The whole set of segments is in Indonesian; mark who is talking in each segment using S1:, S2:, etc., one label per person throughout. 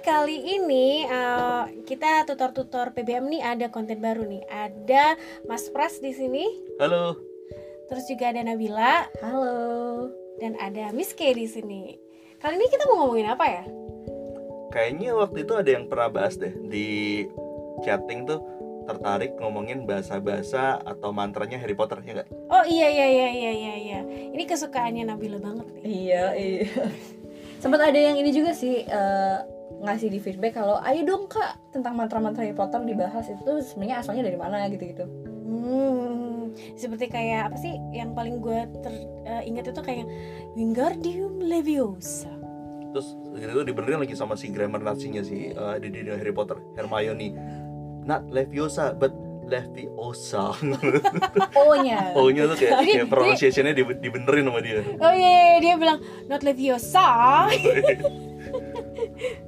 S1: kali ini eh, kita tutor-tutor PBM nih ada konten baru nih. Ada Mas Pras di sini,
S2: Halo.
S1: terus juga ada Nabila
S3: Halo.
S1: dan ada Miss K di sini. Kali ini kita mau ngomongin apa ya?
S2: Kayaknya waktu itu ada yang pernah bahas deh di chatting tuh tertarik ngomongin bahasa-bahasa atau mantranya Harry Potter ya nggak?
S1: Oh iya iya iya iya iya iya. Ini kesukaannya Nabila banget nih.
S3: Iya, iya. Sempat ada yang ini juga sih eh, ngasih di feedback kalau ayo dong Kak tentang mantra-mantra Harry Potter dibahas itu sebenarnya asalnya dari mana gitu, gitu-gitu.
S1: Hmm, seperti kayak apa sih yang paling gue teringat itu kayak Wingardium Leviosa.
S2: Terus gitu tuh dibenerin lagi sama si grammar nazinya si eh, di di di Harry Potter Hermione. Not Leviosa but Leviosa.
S3: O-nya.
S2: O-nya tuh kayak,
S1: Jadi-
S2: kayak pronunciation-nya dibe- dibenerin sama dia.
S1: Oh iya, iya, dia bilang not Leviosa.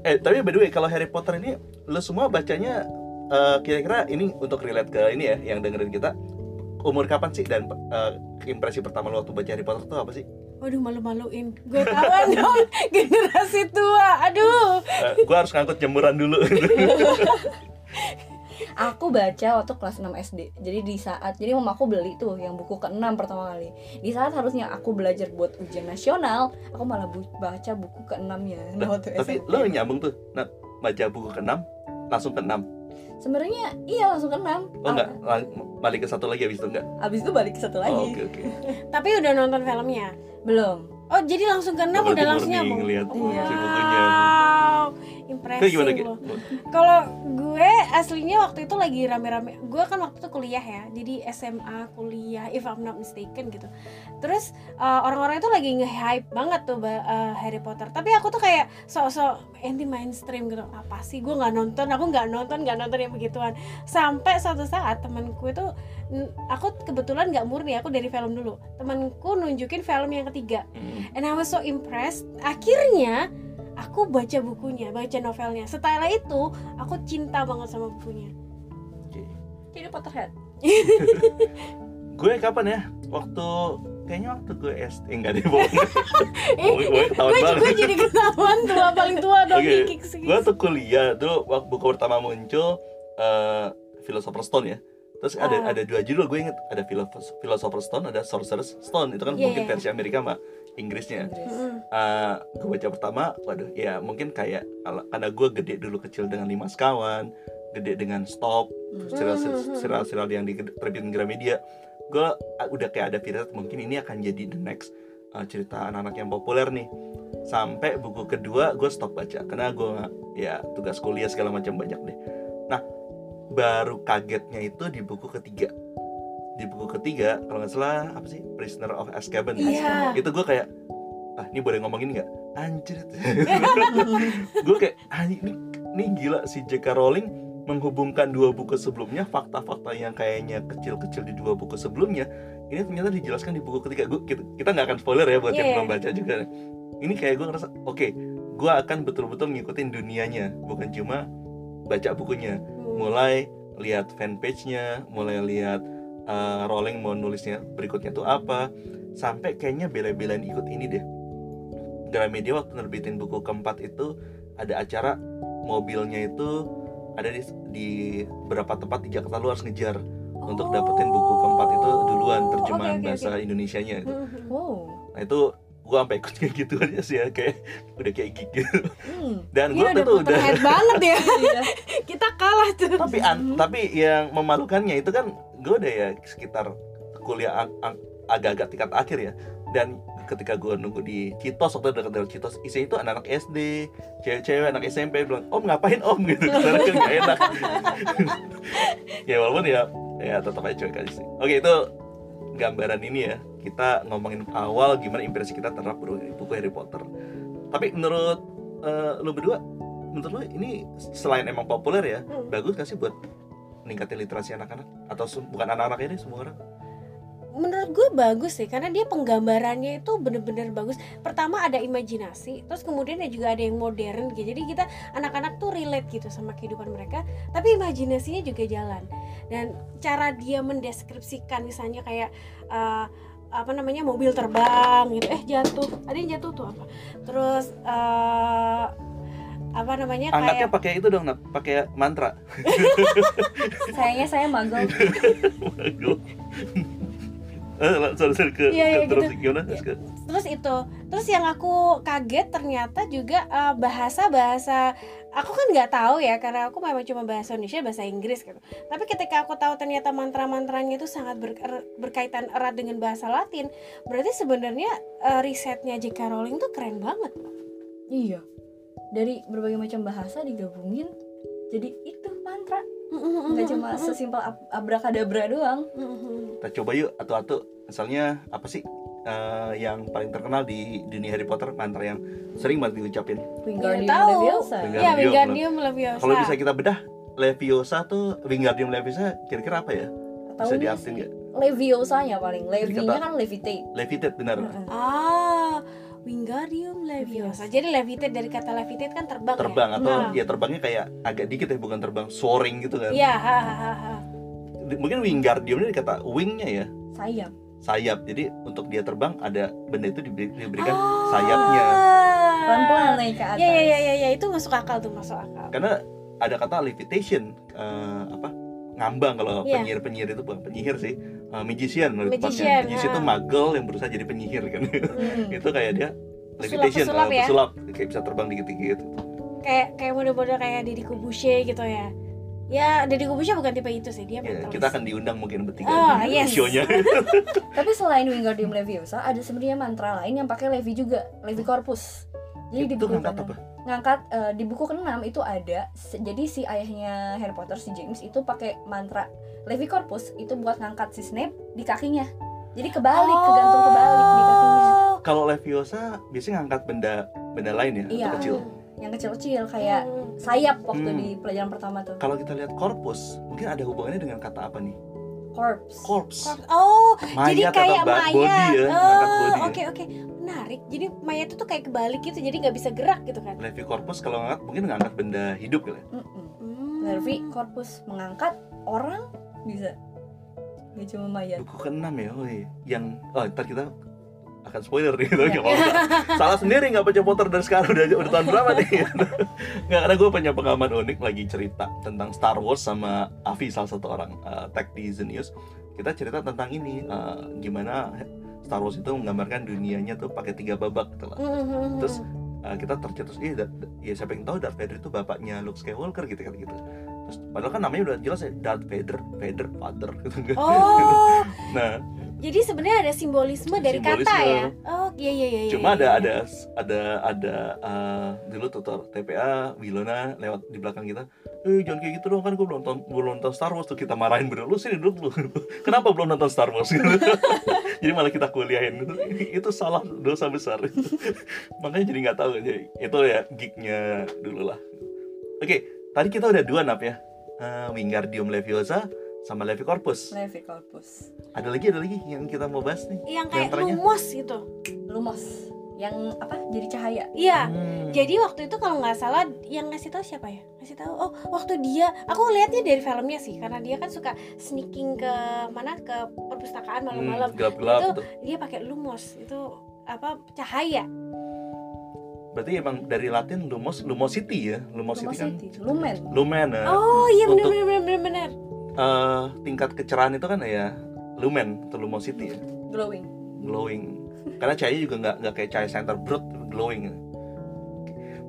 S2: eh tapi by the way kalau Harry Potter ini lo semua bacanya eh, kira-kira ini untuk relate ke ini ya yang dengerin kita umur kapan sih dan eh, impresi pertama lo waktu baca Harry Potter tuh apa sih?
S1: Waduh malu-maluin. Gue ketahuan dong generasi tua. Aduh.
S2: Eh, gua harus ngangkut jemuran dulu.
S3: Aku baca waktu kelas 6 SD. Jadi di saat jadi mama aku beli tuh yang buku ke-6 pertama kali. Di saat harusnya aku belajar buat ujian nasional, aku malah bu- baca buku ke-6 ya
S2: Lah,
S3: waktu
S2: tapi
S3: SMP.
S2: lo nyambung tuh. Nah, baca buku ke-6 langsung ke-6.
S3: Sebenarnya iya langsung ke-6.
S2: Oh enggak,
S1: Ah.
S2: lang- balik ke satu lagi habis itu enggak.
S3: Abis itu balik ke satu lagi.
S2: Oh, oke oke.
S1: Tapi udah nonton filmnya.
S3: Belum.
S1: Oh jadi langsung ke enam
S2: Berarti
S1: udah langsung
S2: murni
S1: nyambung.
S2: ngeliat
S3: Iya.
S2: si bukunya.
S1: Wow,
S2: Kayak
S1: impresif
S2: gimana Ki?
S1: loh. Kalau gue aslinya waktu itu lagi rame-rame. Gue kan waktu itu kuliah ya, jadi SMA kuliah, if I'm not mistaken gitu. Terus eh, orang-orang itu lagi nge-hype banget tuh ba- eh, Harry Potter. Tapi aku tuh kayak sok-sok anti mainstream gitu. Apa sih? Gue nggak nonton, aku nggak nonton, nggak nonton yang begituan. Sampai suatu saat temanku itu, n- aku kebetulan nggak murni, aku dari film dulu. Temanku nunjukin film yang ketiga.
S2: Hmm.
S1: And I was so impressed. Akhirnya aku baca bukunya, baca novelnya. Setelah itu aku cinta banget sama bukunya.
S2: Oke.
S3: Jadi Potterhead.
S2: Gue kapan ya? Waktu kayaknya waktu gue SD eh, enggak deh. bohong.
S1: Eh,
S2: Gue tahun
S1: gue juga
S2: banget.
S1: jadi ketahuan tua paling tua dong
S2: Oke,
S1: di Kiksi.
S2: Gue tuh kuliah dulu waktu buku pertama muncul eh Philosopher's Stone ya. Terus ada
S1: Ah.
S2: ada dua judul gue inget ada Philosoph- Philosopher's Stone ada Sorcerer's Stone itu kan
S1: Iya,
S2: mungkin
S1: iya.
S2: versi Amerika sama Inggrisnya.
S3: Inggris.
S1: Mm-mm.
S2: eh gue baca pertama, waduh, ya mungkin kayak kalau- karena gue gede dulu kecil dengan lima sekawan, gede dengan stop,
S1: Mhm.
S2: serial-serial serial yang diterbitin Gramedia, gue udah kayak ada pirat mungkin ini akan jadi the next eh, cerita anak-anak yang populer nih. Sampai buku kedua gue stop baca karena gue ya tugas kuliah segala macam banyak deh. Nah baru kagetnya itu di buku ketiga. Di buku ketiga kalau nggak salah apa sih Prisoner of Azkaban ya?
S1: Iya.
S2: itu gue kayak ah ini boleh ngomongin nggak anjir
S3: Hmm.
S2: gue kayak ah, ini ini gila si J.K. Rowling menghubungkan dua buku sebelumnya fakta-fakta yang kayaknya kecil-kecil di dua buku sebelumnya ini ternyata dijelaskan di buku ketiga gue kita kita nggak akan spoiler ya buat yang
S1: Iya.
S2: belum baca juga ini kayak gue ngerasa oke gue akan betul-betul ngikutin dunianya bukan cuma baca bukunya mulai lihat fanpage-nya, mulai lihat uh, Rolling mau nulisnya berikutnya tuh apa, sampai kayaknya bela-belain ikut ini deh. Gramedia waktu nerbitin buku keempat itu ada acara mobilnya itu ada di, di beberapa tempat di Jakarta lu harus ngejar untuk dapetin buku keempat itu
S1: Oh,
S2: duluan terjemahan bahasa Indonesianya. gitu.
S1: Mm-mm.
S3: Wow.
S2: Nah itu gua sampai ikut kayak gitu aja sih ya kayak udah kayak gigit.
S3: Hmm.
S2: Dan
S1: Gila
S2: gua
S1: udah
S2: tuh udah
S1: Potterhead banget ya.
S3: Iya.
S1: Kita kalah tuh.
S2: tapi an- tapi yang memalukannya itu kan gue udah ya sekitar kuliah ag- ag- agak-agak tingkat akhir ya dan ketika gue nunggu di Citos waktu itu dekat-dekat Citos isinya itu anak-anak SD cewek-cewek anak SMP bilang om ngapain om gitu karena kan gak enak ya walaupun ya ya tetap aja cuek aja sih oke itu gambaran ini ya kita ngomongin awal gimana impresi kita terhadap buku buku Harry Potter tapi menurut eh, lu berdua menurut lu ini selain emang populer ya
S1: Mm.
S2: bagus gak sih buat meningkatkan literasi anak-anak atau sem- bukan anak-anak ini semua orang
S1: menurut gue bagus sih karena dia penggambarannya itu bener-bener bagus pertama ada imajinasi terus kemudian ada juga ada yang modern gitu jadi kita anak-anak tuh relate gitu sama kehidupan mereka tapi imajinasinya juga jalan dan cara dia mendeskripsikan misalnya kayak eh, apa namanya mobil terbang gitu eh jatuh ada yang jatuh tuh apa terus eh, apa namanya
S2: Anaknya
S1: kayak
S2: pakai itu dong, Nap, pakai mantra.
S3: Sayangnya saya magel.
S2: Gua- Eh, la- sorry, sorry, ke,
S1: Iya, iya,
S2: ke- terus
S1: gitu.
S2: gimana?
S1: Iya.
S2: Terus ke,
S1: terus itu terus yang aku kaget ternyata juga eh, bahasa bahasa aku kan nggak tahu ya karena aku memang cuma bahasa Indonesia bahasa Inggris gitu tapi ketika aku tahu ternyata mantra-mantranya itu sangat ber- er- berkaitan erat dengan bahasa Latin berarti sebenarnya eh, risetnya J.K. Rowling tuh keren banget loh.
S3: Iya. Dari berbagai macam bahasa digabungin jadi itu mantra. Enggak cuma sesimpel ab- abrakadabra doang.
S2: kita coba yuk atu-atu. Misalnya apa sih eh, yang paling terkenal di dunia Harry Potter mantra yang sering banget diucapin.
S3: Iya, Wingardium
S1: tahu.
S3: Leviosa.
S2: Wingardium.
S1: Iya, Wingardium Leviosa.
S2: Kalau bisa kita bedah Leviosa tuh Wingardium Leviosa kira-kira apa ya? Bisa
S3: Taunya
S2: diartiin
S3: sih.
S2: nggak?
S3: Leviosanya paling. Levinya
S2: kata-
S3: kan levitate.
S2: Levitate
S1: Iya.
S2: benar.
S3: Heeh.
S1: Ah, Wingardium Leviosa.
S3: Leviosa.
S1: Jadi levitate dari kata levitate kan terbang,
S2: Terbang
S1: ya.
S2: atau
S1: Nah.
S2: ya terbangnya kayak agak dikit ya bukan terbang, soaring gitu kan.
S1: Iya, ha, ha, ha, ha.
S2: Di- Mungkin Wingardium ini kata wingnya ya,
S3: Sayap.
S2: sayap. Jadi untuk dia terbang ada benda itu diberi- diberikan
S1: Ah.
S2: kan sayapnya.
S3: Pelan-pelan naik ke atas.
S1: Ya, ya, ya, ya, ya, itu masuk akal tuh, masuk akal.
S2: karena ada kata levitation eh, apa ngambang kalau
S1: Iya.
S2: penyihir penyihir itu bukan penyihir sih eh, magician lebih
S1: Magician,
S2: tepatnya magician
S1: ha.
S2: itu magel yang berusaha jadi penyihir kan
S3: Hmm.
S2: itu kayak dia levitation
S1: pesulap
S2: eh,
S1: ya?
S2: pesulap kayak bisa terbang dikit-dikit gitu.
S1: Kayak kayak model-model kayak Deddy Kubushe gitu ya. Ya, Deddy Kubushe bukan tipe itu sih, dia
S2: Ya,
S1: mentalis.
S2: kita akan diundang mungkin bertiga
S1: Oh,
S2: di
S1: yes.
S2: show-nya
S3: Tapi selain Wingardium Leviosa, ada sebenarnya mantra lain yang pakai Levi juga, Levi Corpus. Jadi di
S2: itu kan
S3: buku
S2: ngangkat
S3: keenam-
S2: apa
S3: ngangkat eh, di buku ke-6 itu ada se- jadi si ayahnya Harry Potter si James itu pakai mantra Levi Corpus itu buat ngangkat si Snape di kakinya. Jadi kebalik, kegantung kebalik di kakinya.
S1: Oh.
S2: kalau leviosa biasanya ngangkat benda benda lain ya
S3: Iya.
S2: atau kecil
S3: Yang kecil-kecil kayak
S1: Hmm.
S3: sayap waktu
S2: Hmm.
S3: di pelajaran pertama tuh.
S2: kalau kita lihat korpus mungkin ada hubungannya dengan kata apa mayat
S3: Corpse.
S2: corpse
S1: Oh, jadi
S2: mayat
S1: kayak
S2: atau ba-
S1: mayat.
S2: body ya ngangkat
S1: Oh,
S2: body
S1: oke
S2: ya.
S1: oke. Menarik. Jadi mayat itu tuh kayak kebalik gitu, jadi nggak bisa gerak gitu kan.
S2: Levi Corpus kalau ngangkat mungkin ngangkat benda hidup kali ya.
S3: Mm-mm.
S1: Hmm.
S3: Levi Corpus mengangkat orang bisa. Gak cuma
S1: Iya.
S3: mayat.
S2: Buku keenam ya, woi. Yang oh ntar kita akan spoiler nih, tapi
S3: Iya.
S2: nggak apa-apa. Salah sendiri nggak baca Potter dari sekarang udah udah tahun berapa nih? nggak karena gue punya pengalaman unik lagi cerita tentang Star Wars sama Avi salah satu orang eh, tag di Zenius. Kita cerita tentang ini eh, gimana Star Wars itu menggambarkan dunianya tuh pakai tiga babak gitu lah.
S1: Hmm.
S2: Terus Eh, kita tercetus iya Dar- Dar- ya siapa yang tahu Darth Vader itu bapaknya Luke Skywalker gitu kan gitu terus padahal kan namanya udah jelas ya Darth Vader Vader Father gitu kan
S1: Oh,
S2: nah
S1: jadi sebenarnya ada simbolisme dari kata
S2: Simbolisme.
S1: ya. Oh, iya iya iya. iya,
S2: cuma
S1: iya,
S2: ada
S1: iya.
S2: ada ada ada eh, dulu tutor TPA Wilona lewat di belakang kita eh jangan kayak gitu dong kan gue belum nonton belum nonton Star Wars tuh kita marahin berdua lu sini duduk lu kenapa belum nonton Star Wars gitu jadi malah kita kuliahin itu itu salah dosa besar makanya jadi nggak tahu jadi itu ya gignya dulu lah oke tadi kita udah dua nap ya Eh, Wingardium Leviosa sama Levi Corpus
S3: Levi Corpus.
S2: ada lagi ada lagi yang kita mau bahas nih
S1: yang kayak
S2: Mantranya.
S1: lumos gitu.
S3: Lumos yang apa? Jadi cahaya.
S1: Iya.
S2: Hmm.
S1: Jadi waktu itu kalau nggak salah yang ngasih tahu siapa ya? Ngasih tahu oh waktu dia aku lihatnya dari filmnya sih karena dia kan suka sneaking ke mana ke perpustakaan
S2: Hmm,
S1: malam-malam.
S2: gelap-gelap
S1: Itu-
S2: tuh.
S1: Dia pakai lumos itu apa cahaya.
S2: Berarti emang dari Latin lumos lumosity ya. Lumosity kan
S3: Lumosity. Lumen.
S2: lumen. ya.
S1: Oh iya benar
S2: Untuk-
S1: benar benar, benar benar.
S2: Eh, tingkat kecerahan itu kan ya lumen atau lumosity ya,
S3: Glowing.
S2: glowing. Karena cahaya juga nggak nggak kayak cahaya center brut glowing. ya.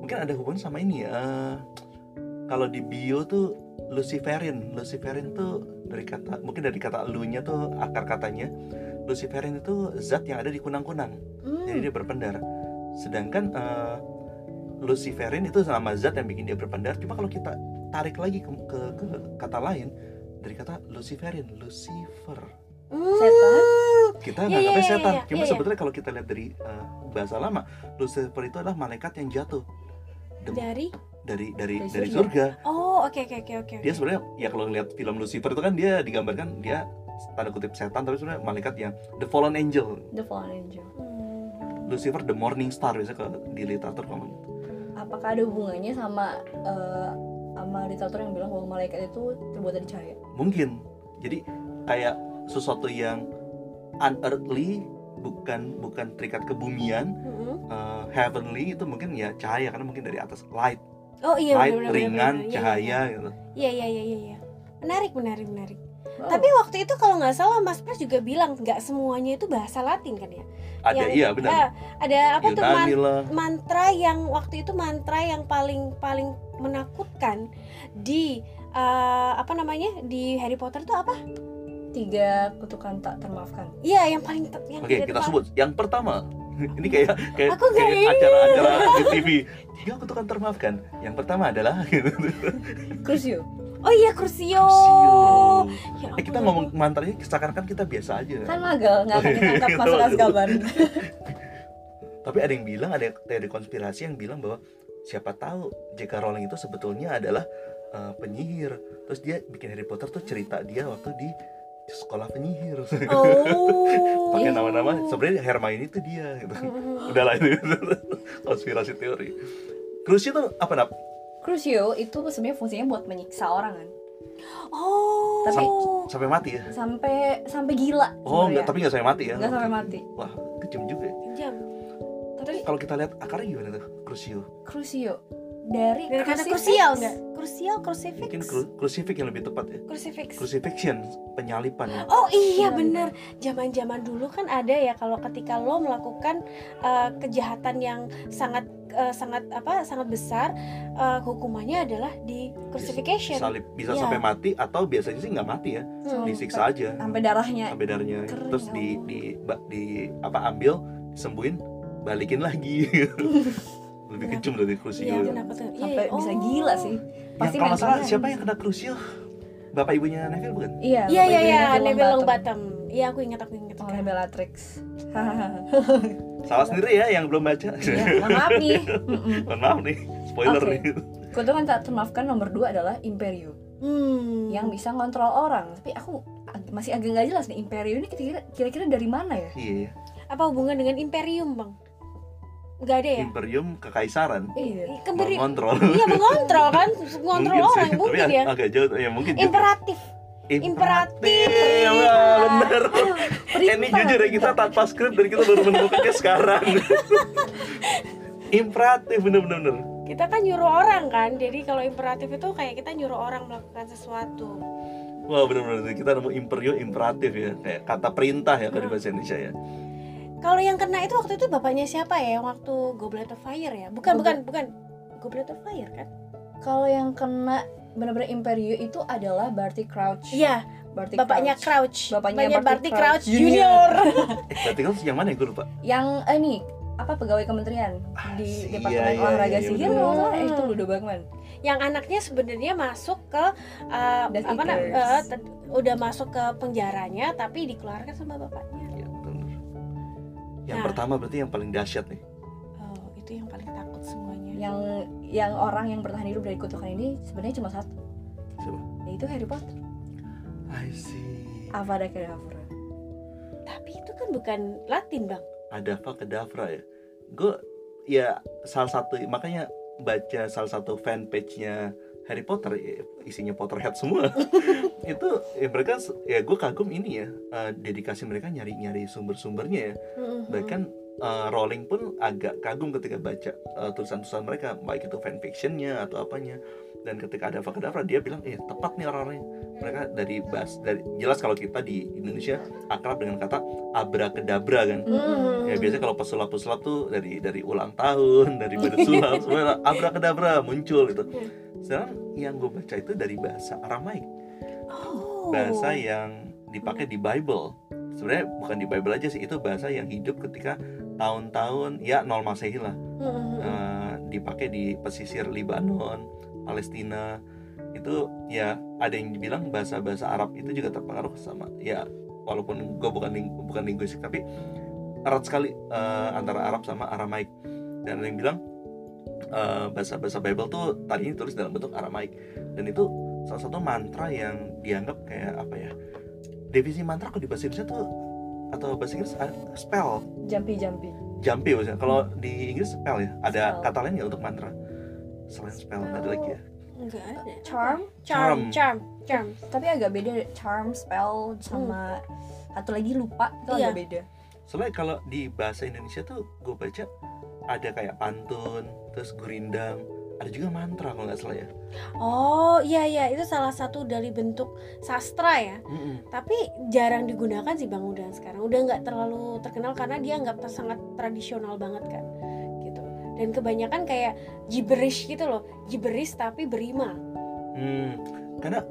S2: Mungkin ada hubungan sama ini ya. eh, kalau di bio tuh Luciferin, Luciferin tuh dari kata mungkin dari kata lunya tuh akar katanya Luciferin itu zat yang ada di kunang-kunang. jadi
S3: Hmm.
S2: dia berpendar sedangkan eh, luciferin itu nama zat yang bikin dia berpendar cuma kalau kita tarik lagi ke, ke- ke kata lain dari kata luciferin lucifer
S1: Hmm.
S3: Setan.
S2: kita
S1: Iya,
S3: Ya,
S2: nganggapnya
S1: iya, iya,
S2: setan
S1: iya,
S2: cuma
S1: iya, iya.
S2: sebetulnya kalau kita lihat dari eh, bahasa lama lucifer itu adalah malaikat yang jatuh
S1: Dari
S2: dari dari
S3: Dari
S2: dari
S3: surga. Iya.
S2: surga
S1: Oh, oke oke oke oke.
S2: dia sebenarnya ya kalau lihat film lucifer itu kan dia digambarkan dia tanda kutip setan tapi sebenarnya malaikat yang the fallen angel
S3: The Fallen Angel.
S1: Hmm.
S2: lucifer the morning star biasanya kalau di literatur ngomong gitu.
S3: Apakah ada hubungannya sama eh, sama literatur yang bilang bahwa malaikat itu terbuat dari cahaya?
S2: mungkin jadi kayak sesuatu yang unearthly bukan bukan terikat kebumian
S1: Mm-mm.
S2: eh, heavenly itu mungkin ya cahaya karena mungkin dari atas light
S1: oh iya
S2: light
S1: benar-benar
S2: ringan
S1: benar-benar. Iya,
S2: cahaya gitu
S1: iya iya iya iya iya. menarik menarik menarik
S2: Oh.
S3: Wow.
S1: tapi waktu itu kalau nggak salah Mas Pras juga bilang nggak semuanya itu bahasa Latin kan ya
S2: ada
S1: Yang-
S2: iya benar
S1: eh, ada apa tuh man-
S2: Yunani lah
S1: mantra yang waktu itu mantra yang paling paling menakutkan di eh, apa namanya di Harry Potter tuh apa
S3: tiga kutukan tak termaafkan
S1: iya yang paling te- yang
S2: oke
S1: tidak
S2: kita
S1: terpa-
S2: sebut yang pertama ini kayak kayak
S1: Aku nggak
S2: kayak
S1: ingat.
S2: acara-acara di TV tiga kutukan termaafkan yang pertama adalah gitu.
S3: Crucio
S1: oh iya Crucio,
S2: Sio.
S1: Ya
S2: Eh, kita
S1: ampun,
S2: ngomong mantranya seakan-akan kita biasa aja
S3: kan magel nggak akan ditangkap masuk Azkaban
S2: tapi ada yang bilang ada teori konspirasi yang bilang bahwa siapa tahu J.K. Rowling itu sebetulnya adalah uh, penyihir terus dia bikin Harry Potter tuh cerita dia waktu di sekolah penyihir
S1: Oh.
S2: pakai nama-nama sebenarnya Hermione itu dia gitu
S1: Mm-mm.
S2: udahlah itu konspirasi teori Crucio itu apa nap
S3: Crucio itu sebenarnya fungsinya buat menyiksa orang kan
S1: Oh.
S3: Tapi-
S2: sampai mati ya
S3: sampai sampai gila
S2: oh
S3: sebenarnya.
S2: nggak tapi nggak sampai mati ya
S3: nggak sampai mati
S2: wah kejam juga ya.
S1: Jam.
S3: tapi
S2: kalau kita lihat akarnya gimana tuh Crucio
S3: Crucio dari,
S1: Dari kata
S3: crucifix.
S1: krusial nggak? Krusial, crucifix.
S2: mungkin cru- crucifix yang lebih tepat ya
S1: Crucifix.
S2: crucifixion penyalipan ya.
S1: Oh iya
S3: Iya,
S1: bener Zaman-zaman dulu kan ada ya kalau ketika lo melakukan eh, kejahatan yang sangat eh, sangat apa sangat besar eh, hukumannya adalah di crucifixion.
S2: salib bisa
S1: Iya.
S2: sampai mati atau biasanya sih nggak mati ya
S1: Hmm.
S2: disiksa aja
S3: Oh, sampai ya. darahnya
S2: sampai darahnya
S3: Keren,
S2: terus di
S3: Allah.
S2: di ba- di apa ambil sembuhin balikin lagi lebih
S1: Kenapa?
S2: kejam dari Crucio
S1: Iya kenapa tuh? Iya,
S3: sampai
S1: iya.
S3: bisa
S1: Oh.
S3: gila sih
S2: yang
S3: pasti kan.
S2: kalau nggak salah
S3: mentalnya-
S2: siapa yang kena Crucio bapak ibunya Neville bukan
S3: iya
S1: Iya iya iya
S3: Neville
S1: Neville
S3: Longbottom.
S1: Longbottom. Iya aku ingat aku ingat.
S3: Oh, Bellatrix Hahaha.
S2: salah sendiri ya yang belum baca
S3: ya, mohon maaf nih Mm-mm.
S2: Mohon maaf nih spoiler
S3: Oke.
S2: nih
S3: Keuntungan tak termaafkan nomor dua adalah Imperium
S1: Hmm.
S3: yang bisa ngontrol orang. Tapi aku ag- masih agak nggak jelas nih Imperium ini kira- kira-kira dari mana ya?
S2: iya
S1: apa hubungan dengan imperium bang? Gak ada ya?
S2: imperium kekaisaran
S3: Iya.
S1: Kembali
S2: mengontrol
S1: Iya mengontrol kan, mengontrol
S2: Mungkin sih,
S1: orang mungkin
S2: tapi
S1: ya.
S2: agak jauh ya mungkin juga.
S1: Imperatif. imperatif.
S2: Imperatif. Iya, Wah, bener
S3: Iya.
S2: Eh, ini
S3: Perintah.
S2: jujur ya kita tanpa skrip dan kita baru menemukannya sekarang. Imperatif bener-bener.
S1: Kita kan nyuruh orang kan, jadi kalau imperatif itu kayak kita nyuruh orang melakukan sesuatu.
S2: Wah bener-bener kita nemu imperio imperatif ya kayak kata perintah ya kalau di bahasa Indonesia ya.
S1: Kalau yang kena itu waktu itu bapaknya siapa ya? Yang Waktu Goblet of Fire ya? Bukan bukan bukan. Goblet of Fire kan?
S3: Kalau yang kena benar-benar Imperium itu adalah Barty Crouch.
S1: Iya,
S3: Barty
S1: bapaknya
S3: Crouch.
S1: Crouch. Barty
S3: Bapaknya Barty
S1: Crouch
S3: Crouch
S1: Junior.
S2: Eh, berarti kan yang mana ya gue lupa.
S3: Yang eh, ini apa pegawai kementerian
S2: si-
S3: di
S2: iya,
S3: Departemen
S2: iya,
S3: Olahraga
S2: iya,
S3: Sihir
S1: bener.
S3: kalau nggak salah, eh, itu Ludo Bagman.
S1: yang anaknya sebenarnya masuk ke eh,
S3: Death
S1: apa na-
S3: Eaters.
S1: eh, te- udah masuk ke penjaranya tapi dikeluarkan sama bapaknya.
S2: Ya, bener. Yang
S1: Nah.
S2: pertama berarti yang paling dahsyat nih.
S1: Oh, itu yang paling takut semuanya.
S3: Yang yang orang yang bertahan hidup dari kutukan ini sebenarnya cuma satu.
S2: Siapa?
S3: Yaitu Harry Potter.
S2: I see.
S3: Avada Kedavra.
S1: Tapi itu kan bukan Latin, Bang.
S2: Ada apa kedavra ya? Gue ya salah satu makanya baca salah satu fanpage-nya Harry Potter ya, isinya Potterhead semua itu ya mereka ya gue kagum ini ya eh, dedikasi mereka nyari-nyari sumber-sumbernya ya
S1: Hmm.
S2: bahkan eh, Rowling pun agak kagum ketika baca eh, tulisan-tulisan mereka baik itu fanfictionnya atau apanya dan ketika ada Fakadavra dia bilang eh tepat nih orang-orangnya mereka dari bahas dari jelas kalau kita di Indonesia akrab dengan kata abrakadabra kan
S1: Hmm.
S3: Mm-mm.
S2: ya biasanya kalau pesulap-pesulap tuh dari dari ulang tahun dari badan sulap semuanya abrakadabra muncul gitu sekarang yang gue baca itu dari bahasa Aramaik
S1: Oh.
S2: bahasa ya. yang dipakai di Bible. Sebenarnya bukan di Bible aja sih, itu bahasa yang hidup ketika tahun-tahun ya nol masehi lah
S1: Mm-mm.
S2: Eh, dipakai di pesisir Libanon, Palestina itu ya ada yang dibilang bahasa-bahasa Arab itu juga terpengaruh sama ya walaupun gue bukan ling- bukan linguistik tapi erat sekali eh, antara Arab sama Aramaik dan ada yang bilang eh, bahasa-bahasa Bible tuh tadinya ditulis dalam bentuk Aramaik dan itu salah satu mantra yang dianggap kayak apa ya definisi mantra kalau di bahasa Indonesia tuh atau bahasa Inggris eh, spell
S3: Jampi-jampi.
S2: jampi maksudnya kalau di Inggris spell ya ada
S3: Spell.
S2: kata lain nggak untuk mantra selain spell nggak ada lagi ya
S1: Enggak ada.
S3: Charm
S1: Charm,
S2: Charm.
S1: charm, charm.
S3: tapi agak beda charm spell sama satu lagi lupa itu
S1: Hmm. Iya.
S3: agak beda
S2: soalnya kalau di bahasa Indonesia tuh gue baca ada kayak pantun terus gurindam ada juga mantra kalau nggak salah ya
S1: Oh iya iya itu salah satu dari bentuk sastra ya.
S2: Mm-mm.
S1: Tapi jarang digunakan sih bang Udan sekarang. Udah nggak terlalu terkenal karena dia nggak ter- sangat tradisional banget kan, gitu. Dan kebanyakan kayak gibberish gitu loh, gibberish tapi berima.
S2: Hmm, karena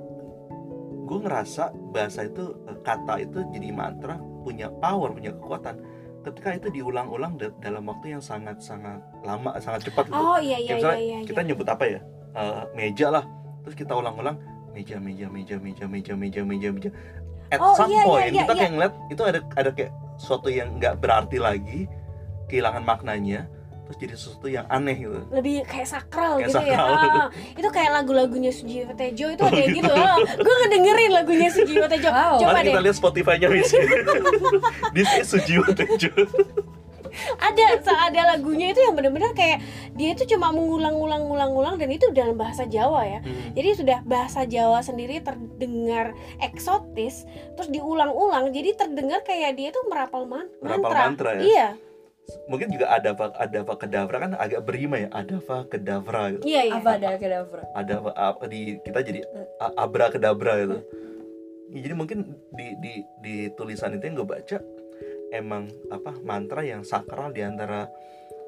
S2: gue ngerasa bahasa itu eh, kata itu jadi mantra punya power punya kekuatan ketika itu diulang-ulang da- dalam waktu yang sangat-sangat lama sangat cepat gitu
S1: Oh iya iya
S2: Kayak
S1: iya
S2: misalnya
S1: iya.
S2: kita
S1: iya.
S2: nyebut apa ya Eh, meja lah terus kita ulang-ulang meja meja meja meja meja meja meja meja at
S1: Oh,
S2: some
S1: iya, iya,
S2: point
S1: iya,
S2: kita
S1: iya.
S2: kayak ngeliat itu ada ada kayak sesuatu yang nggak berarti lagi kehilangan maknanya terus jadi sesuatu yang aneh gitu
S1: lebih kayak sakral gitu
S2: Kayak sakral.
S1: ya Ah, itu kayak lagu-lagunya Sujiwo Tejo itu
S2: Oh,
S1: ada yang
S2: gitu.
S1: gitu, gue ngedengerin lagunya Sujiwo Tejo
S3: Wow.
S1: coba
S2: Mari
S1: deh
S2: kita lihat Spotify-nya Miss. This is Sujiwo Tejo.
S1: ada ada lagunya itu yang benar-benar kayak dia itu cuma mengulang-ulang-ulang-ulang dan itu dalam bahasa Jawa ya jadi sudah bahasa Jawa sendiri terdengar eksotis terus diulang-ulang jadi terdengar kayak dia tuh merapal man-
S2: Merapal
S1: mantra.
S2: mantra ya?
S1: iya
S2: Mungkin juga ada apa ada apa kedavra kan agak berima ya. Ada apa kedavra gitu.
S1: iya iya
S3: apa ada kedavra
S2: Ada apa, apa di kita jadi a- abra kedabra gitu. Ya, jadi mungkin di di di tulisan itu yang gue baca emang apa mantra yang sakral di antara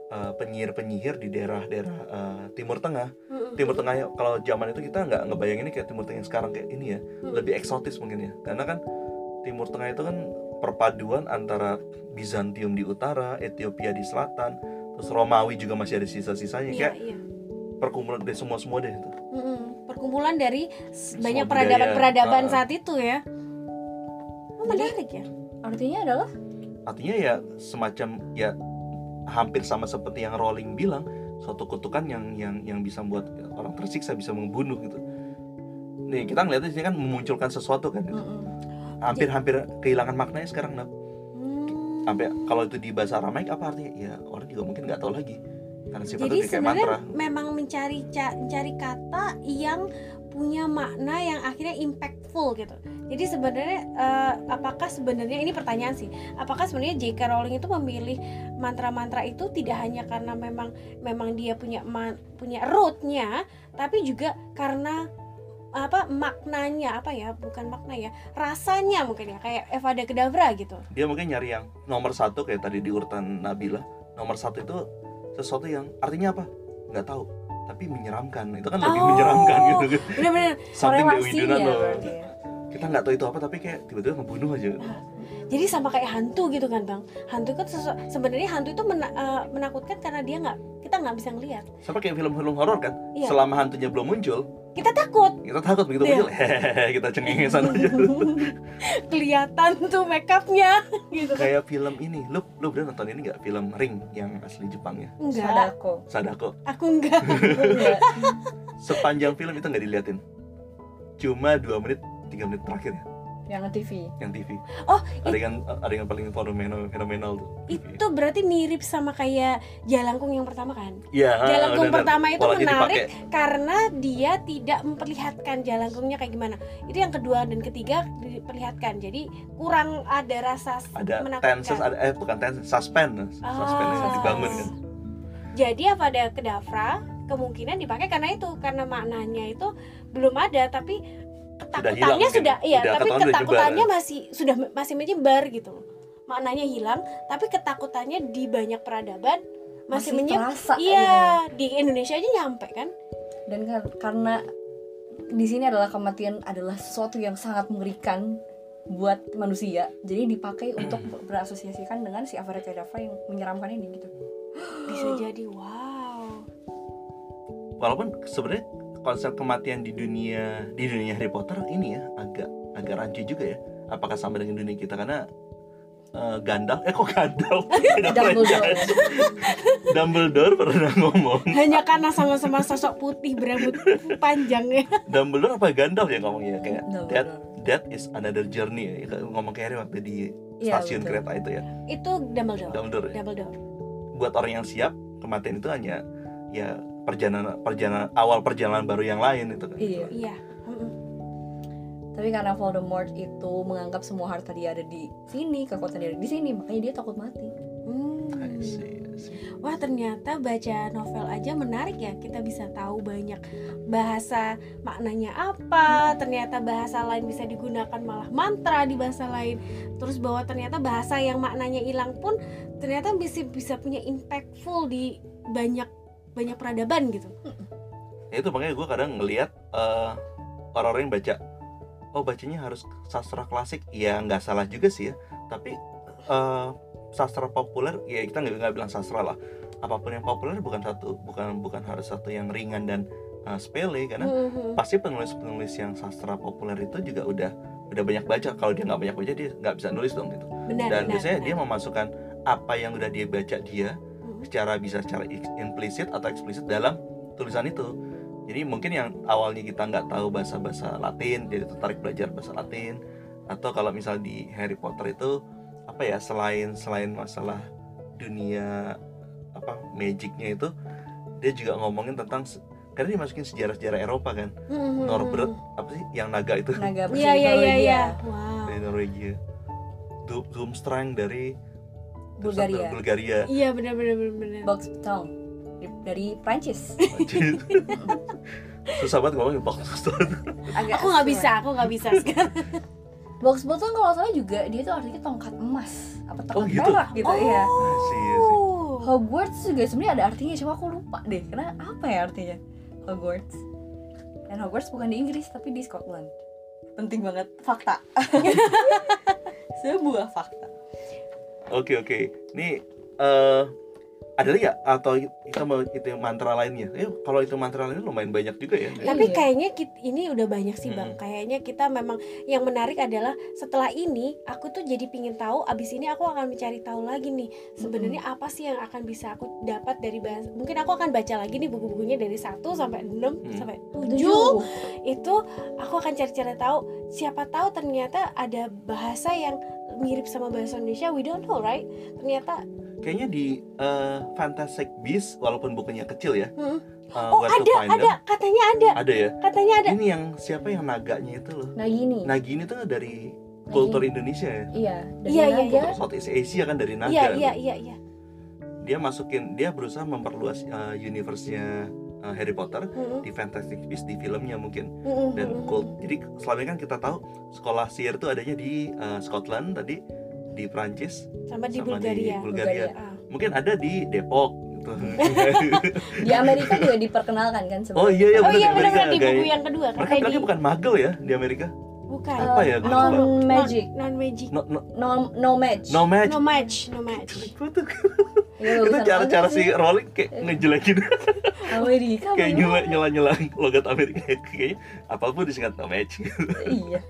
S2: eh, penyihir-penyihir di daerah-daerah eh, Timur Tengah.
S1: Mm-mm.
S2: Timur Tengah ya, kalau zaman itu kita nggak ngebayanginnya kayak Timur Tengah yang sekarang kayak ini ya.
S1: Mm-mm.
S2: lebih eksotis mungkin ya karena kan Timur Tengah itu kan perpaduan antara Bizantium di utara, Ethiopia di selatan, terus Romawi juga masih ada sisa-sisanya
S1: iya,
S2: kayak
S1: iya.
S2: perkumpulan dari semua-semua deh itu.
S1: Mm-mm. perkumpulan dari s-
S2: Semua
S1: banyak
S2: budaya.
S1: peradaban-peradaban
S2: Ah.
S1: saat itu ya oh, menarik ya
S3: artinya adalah
S2: Artinya ya semacam ya hampir sama seperti yang Rowling bilang, suatu kutukan yang yang yang bisa membuat orang tersiksa bisa membunuh gitu. Nih kita ngeliatnya di sini kan memunculkan sesuatu kan,
S1: Oh, iya.
S2: gitu.
S3: Mm-mm.
S2: hampir-hampir kehilangan maknanya sekarang Nap.
S1: Hmm.
S2: sampai kalau itu di bahasa Aramaik apa artinya ya orang juga mungkin nggak tahu lagi karena sifatnya
S1: Jadi
S2: dia kayak mantra
S1: sebenarnya memang mencari ca- mencari kata yang punya makna yang akhirnya impactful gitu. Jadi sebenarnya eh, apakah sebenarnya ini pertanyaan sih, apakah sebenarnya J.K. Rowling itu memilih mantra-mantra itu tidak hanya karena memang memang dia punya ma- punya rootnya, tapi juga karena apa maknanya apa ya bukan makna ya rasanya mungkin ya kayak Eva de Kedavra gitu
S2: dia mungkin nyari yang nomor satu kayak tadi di urutan Nabila nomor satu itu sesuatu yang artinya apa nggak tahu tapi menyeramkan itu kan lebih
S1: Oh.
S2: menyeramkan gitu
S1: bener-bener
S2: something that we do
S3: korelasinya
S2: not know.
S3: berarti ya
S2: kita nggak tahu itu apa tapi kayak tiba-tiba ngebunuh aja
S1: Ah. jadi sama kayak hantu gitu kan bang hantu kan sesu- sebenarnya hantu itu mena- eh, menakutkan karena dia nggak kita nggak bisa ngelihat
S2: sama kayak film-film horor kan
S1: Iya.
S2: selama hantunya belum muncul
S1: kita takut
S2: kita takut begitu
S1: Iya.
S2: muncul hehehe kita cengengesan aja
S1: kelihatan tuh makeupnya gitu kan
S2: kayak film ini lu lu udah nonton ini nggak film Ring yang asli Jepangnya
S1: enggak
S3: sadako
S2: Sadako
S1: aku enggak
S3: Enggak.
S2: sepanjang film itu nggak diliatin cuma dua menit tiga menit terakhir ya
S3: yang TV
S2: yang TV
S1: Oh,
S2: adegan adegan paling fenomenal fenomenal tuh TV.
S1: itu berarti mirip sama kayak jalangkung yang pertama kan
S2: Iya,
S1: jalangkung
S2: benar.
S1: pertama itu
S2: Apalagi
S1: menarik
S2: dipakai.
S1: karena dia tidak memperlihatkan jalangkungnya kayak gimana itu yang kedua dan ketiga diperlihatkan jadi kurang ada rasa s-
S2: ada
S1: menakutkan
S2: tenses ada eh bukan tenses suspense
S1: Ah.
S2: suspense yang dibangun kan
S1: Jadi apa ada kedafra kemungkinan dipakai karena itu karena maknanya itu belum ada tapi ketakutannya
S2: hilang mungkin.
S1: sudah, iya
S2: Udah
S1: tapi
S2: ketahuan udah
S1: ketakutannya masih sudah masih menyebar gitu loh. Maknanya hilang tapi ketakutannya di banyak peradaban masih, menyebar.
S3: terasa gitu.
S1: Iya, di Indonesia aja nyampe kan.
S3: dan kar- karena di sini adalah kematian adalah sesuatu yang sangat mengerikan buat manusia jadi dipakai untuk berasosiasikan dengan si Avada Kedavra yang menyeramkan ini gitu
S1: Bisa jadi wow.
S2: walaupun sebenarnya konsep kematian di dunia di dunia Harry Potter ini ya agak agak rancu juga ya apakah sama dengan dunia kita karena eh, Gandalf eh kok Gandalf Ada
S3: Dumbledore
S2: franchise. Dumbledore pernah ngomong
S1: Hanya karena sama-sama sosok putih berambut panjang ya.
S2: Dumbledore apa Gandalf ya ngomongnya kayak that
S3: Dumbledore.
S2: that is another journey ya Kayak ngomong kayak Harry waktu di
S3: Iya,
S2: stasiun
S3: betul.
S2: kereta itu ya
S1: Itu Dumbledore.
S2: Dumbledore ya.
S1: Dumbledore.
S2: buat orang yang siap kematian itu hanya ya perjalanan perjalanan awal perjalanan baru yang lain itu kan
S3: Iya.
S1: Iya. Mm-mm.
S3: tapi karena Voldemort itu menganggap semua harta dia ada di sini kekuatan dia ada di sini makanya dia takut mati
S1: Hmm.
S2: Nah, I see, I see.
S1: Wah ternyata baca novel aja menarik ya. Kita bisa tahu banyak bahasa maknanya apa. Ternyata bahasa lain bisa digunakan malah mantra di bahasa lain. Terus bahwa ternyata bahasa yang maknanya hilang pun ternyata bisa bisa punya impactful di banyak banyak peradaban gitu.
S2: Ya, itu makanya gue kadang ngelihat eh, orang-orang yang baca oh bacanya harus sastra klasik ya nggak salah juga sih ya tapi eh, sastra populer ya kita nggak nggak bilang sastra lah apapun yang populer bukan satu bukan bukan harus satu yang ringan dan eh, sepele karena
S1: Mhm.
S2: pasti penulis-penulis yang sastra populer itu juga udah udah banyak baca kalau dia nggak banyak baca dia nggak bisa nulis dong gitu
S1: Benar.
S2: dan
S1: Iya, benar,
S2: biasanya
S1: benar.
S2: dia memasukkan apa yang udah dia baca dia
S1: Mhm.
S2: secara bisa secara ex- implisit atau eksplisit dalam tulisan itu jadi mungkin yang awalnya kita nggak tahu bahasa bahasa Latin jadi tertarik belajar bahasa Latin atau kalau misal di Harry Potter itu apa ya selain selain masalah dunia apa magicnya itu dia juga ngomongin tentang se- karena dimasukin sejarah-sejarah Eropa kan
S1: Mhm.
S2: Norbert apa sih yang naga itu
S3: Naga
S1: Iya iya iya iya.
S3: Norwegia,
S1: Wow.
S2: dari Norwegia Du- Durmstrang dari
S3: Bulgaria,
S2: Bulgaria
S1: Iya benar benar benar, benar.
S3: Box Town Di- dari Prancis.
S2: Anjir. Susah banget ngomongin podcast
S3: Agak
S1: Aku nggak
S3: sulit.
S1: bisa, aku nggak
S2: Iya
S1: bisa sekarang.
S3: Box Town kalau salah juga dia itu artinya tongkat emas apa tongkat
S2: Oh, gitu?
S3: perak gitu ya.
S2: Asik, asik.
S1: Oh.
S3: Hogwarts juga sebenarnya ada artinya cuma aku lupa deh karena apa ya artinya Hogwarts dan Hogwarts bukan di Inggris tapi di Scotland penting banget fakta sebuah fakta
S2: Oke oke. Ini eh ada lagi nggak? atau kita mau itu mantra lainnya? Eh, kalau itu mantra lainnya lumayan banyak juga ya.
S1: Tapi
S3: Iya.
S1: kayaknya kit- ini udah banyak sih bang.
S2: Mm.
S1: Kayaknya kita memang yang menarik adalah setelah ini aku tuh jadi pingin tahu. Abis ini aku akan mencari tahu lagi nih sebenarnya apa sih yang akan bisa aku dapat dari bahasa. Mungkin aku akan baca lagi nih buku-bukunya dari 1 sampai 6
S2: Mm.
S1: sampai 7
S3: tujuh
S1: itu aku akan cari-cari tahu siapa tahu ternyata ada bahasa yang mirip sama bahasa Indonesia we don't know right ternyata
S2: Kayaknya di eh, Fantastic Beasts walaupun bukunya kecil ya.
S1: Mm.
S2: eh,
S1: oh
S2: Where to
S1: ada
S2: Find
S1: ada
S2: Them,
S1: katanya ada
S2: Ada ya.
S1: katanya ada
S2: Ini yang siapa yang naganya itu loh.
S3: nah gini
S2: Nagi ini tuh dari kultur Indonesia ya.
S3: iya dari
S1: Iya, iya,
S3: naga
S1: iya.
S2: Southeast Asia kan dari naga.
S1: iya iya iya iya
S2: Dia masukin dia berusaha memperluas eh, universe-nya eh, Harry Potter
S1: Mm-mm.
S2: di Fantastic Beasts di filmnya mungkin
S1: Mm-mm.
S2: dan cult. Jadi selama ini kan kita tahu sekolah sihir itu adanya di eh, Scotland tadi di Prancis
S1: sama di
S2: sama
S1: Bulgaria
S2: di Bulgaria.
S1: Ah.
S2: Mungkin ada di Depok gitu.
S3: di Amerika juga diperkenalkan kan
S2: oh
S3: sebenarnya
S2: iya iya
S1: oh iya
S2: benar
S1: benar-benar di buku
S2: guys.
S1: yang kedua
S2: Mereka
S1: katanya di
S2: bilangnya bukan magel ya di Amerika.
S1: bukan
S2: apa ya, gua lupa.
S3: non magic
S1: non magic
S2: No no
S3: non no match
S2: no match.
S1: no match no match
S2: Jelek banget tuh.
S3: Ya,
S2: Itu
S3: bukan
S2: cara-cara
S3: logat
S2: si Rowling kayak
S3: Eh.
S2: ngejelekin
S3: Amerika
S2: kayak
S3: Bang.
S2: nyela nyela nyela logat Amerika kayaknya apapun disingkat no match.
S3: iya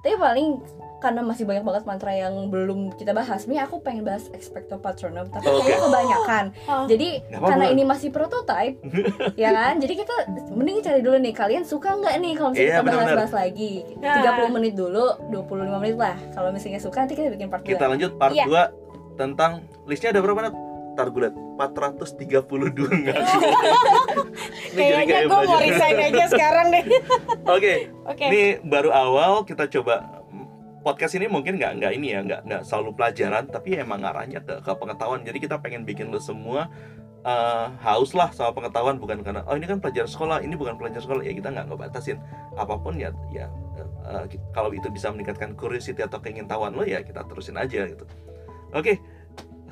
S3: tapi paling karena masih banyak banget mantra yang belum kita bahas nih aku pengen bahas expecto patronum tapi
S2: Oke.
S3: kayaknya kebanyakan
S1: Oh.
S3: jadi
S2: Nggak apa-apa.
S3: karena ini masih prototype ya kan jadi kita mending cari dulu nih kalian suka nggak nih kalau misalnya
S2: Iya,
S3: kita
S2: benar-benar.
S3: bahas-bahas lagi
S1: Nah.
S3: 30 menit dulu 25 menit lah kalau misalnya suka nanti kita bikin part
S2: Kita
S3: 2
S2: lanjut part
S1: Iya.
S2: 2 tentang listnya ada berapa Nat? Ntar gue liat 432 nggak sih? Ini jadi
S1: kayaknya
S2: kayak
S1: gue mau
S2: belajar.
S1: resign aja sekarang deh
S2: Oke,
S1: oke
S2: ini baru awal kita coba podcast ini mungkin nggak nggak ini ya nggak nggak selalu pelajaran tapi emang arahnya ke, ke pengetahuan jadi kita pengen bikin lo semua eh, haus lah sama pengetahuan bukan karena oh ini kan pelajaran sekolah ini bukan pelajaran sekolah ya kita nggak ngebatasin apapun ya ya eh, eh, ki- kalau itu bisa meningkatkan curiosity atau keingintahuan lo ya kita terusin aja gitu oke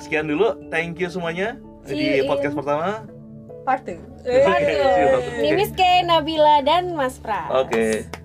S2: sekian dulu thank you semuanya
S3: See
S2: di
S3: you,
S2: podcast
S3: Ian.
S2: pertama
S3: part 2
S2: Iya,
S1: Waduh.
S2: Oke.
S1: Mimis K, Nabila dan Mas Pras
S2: oke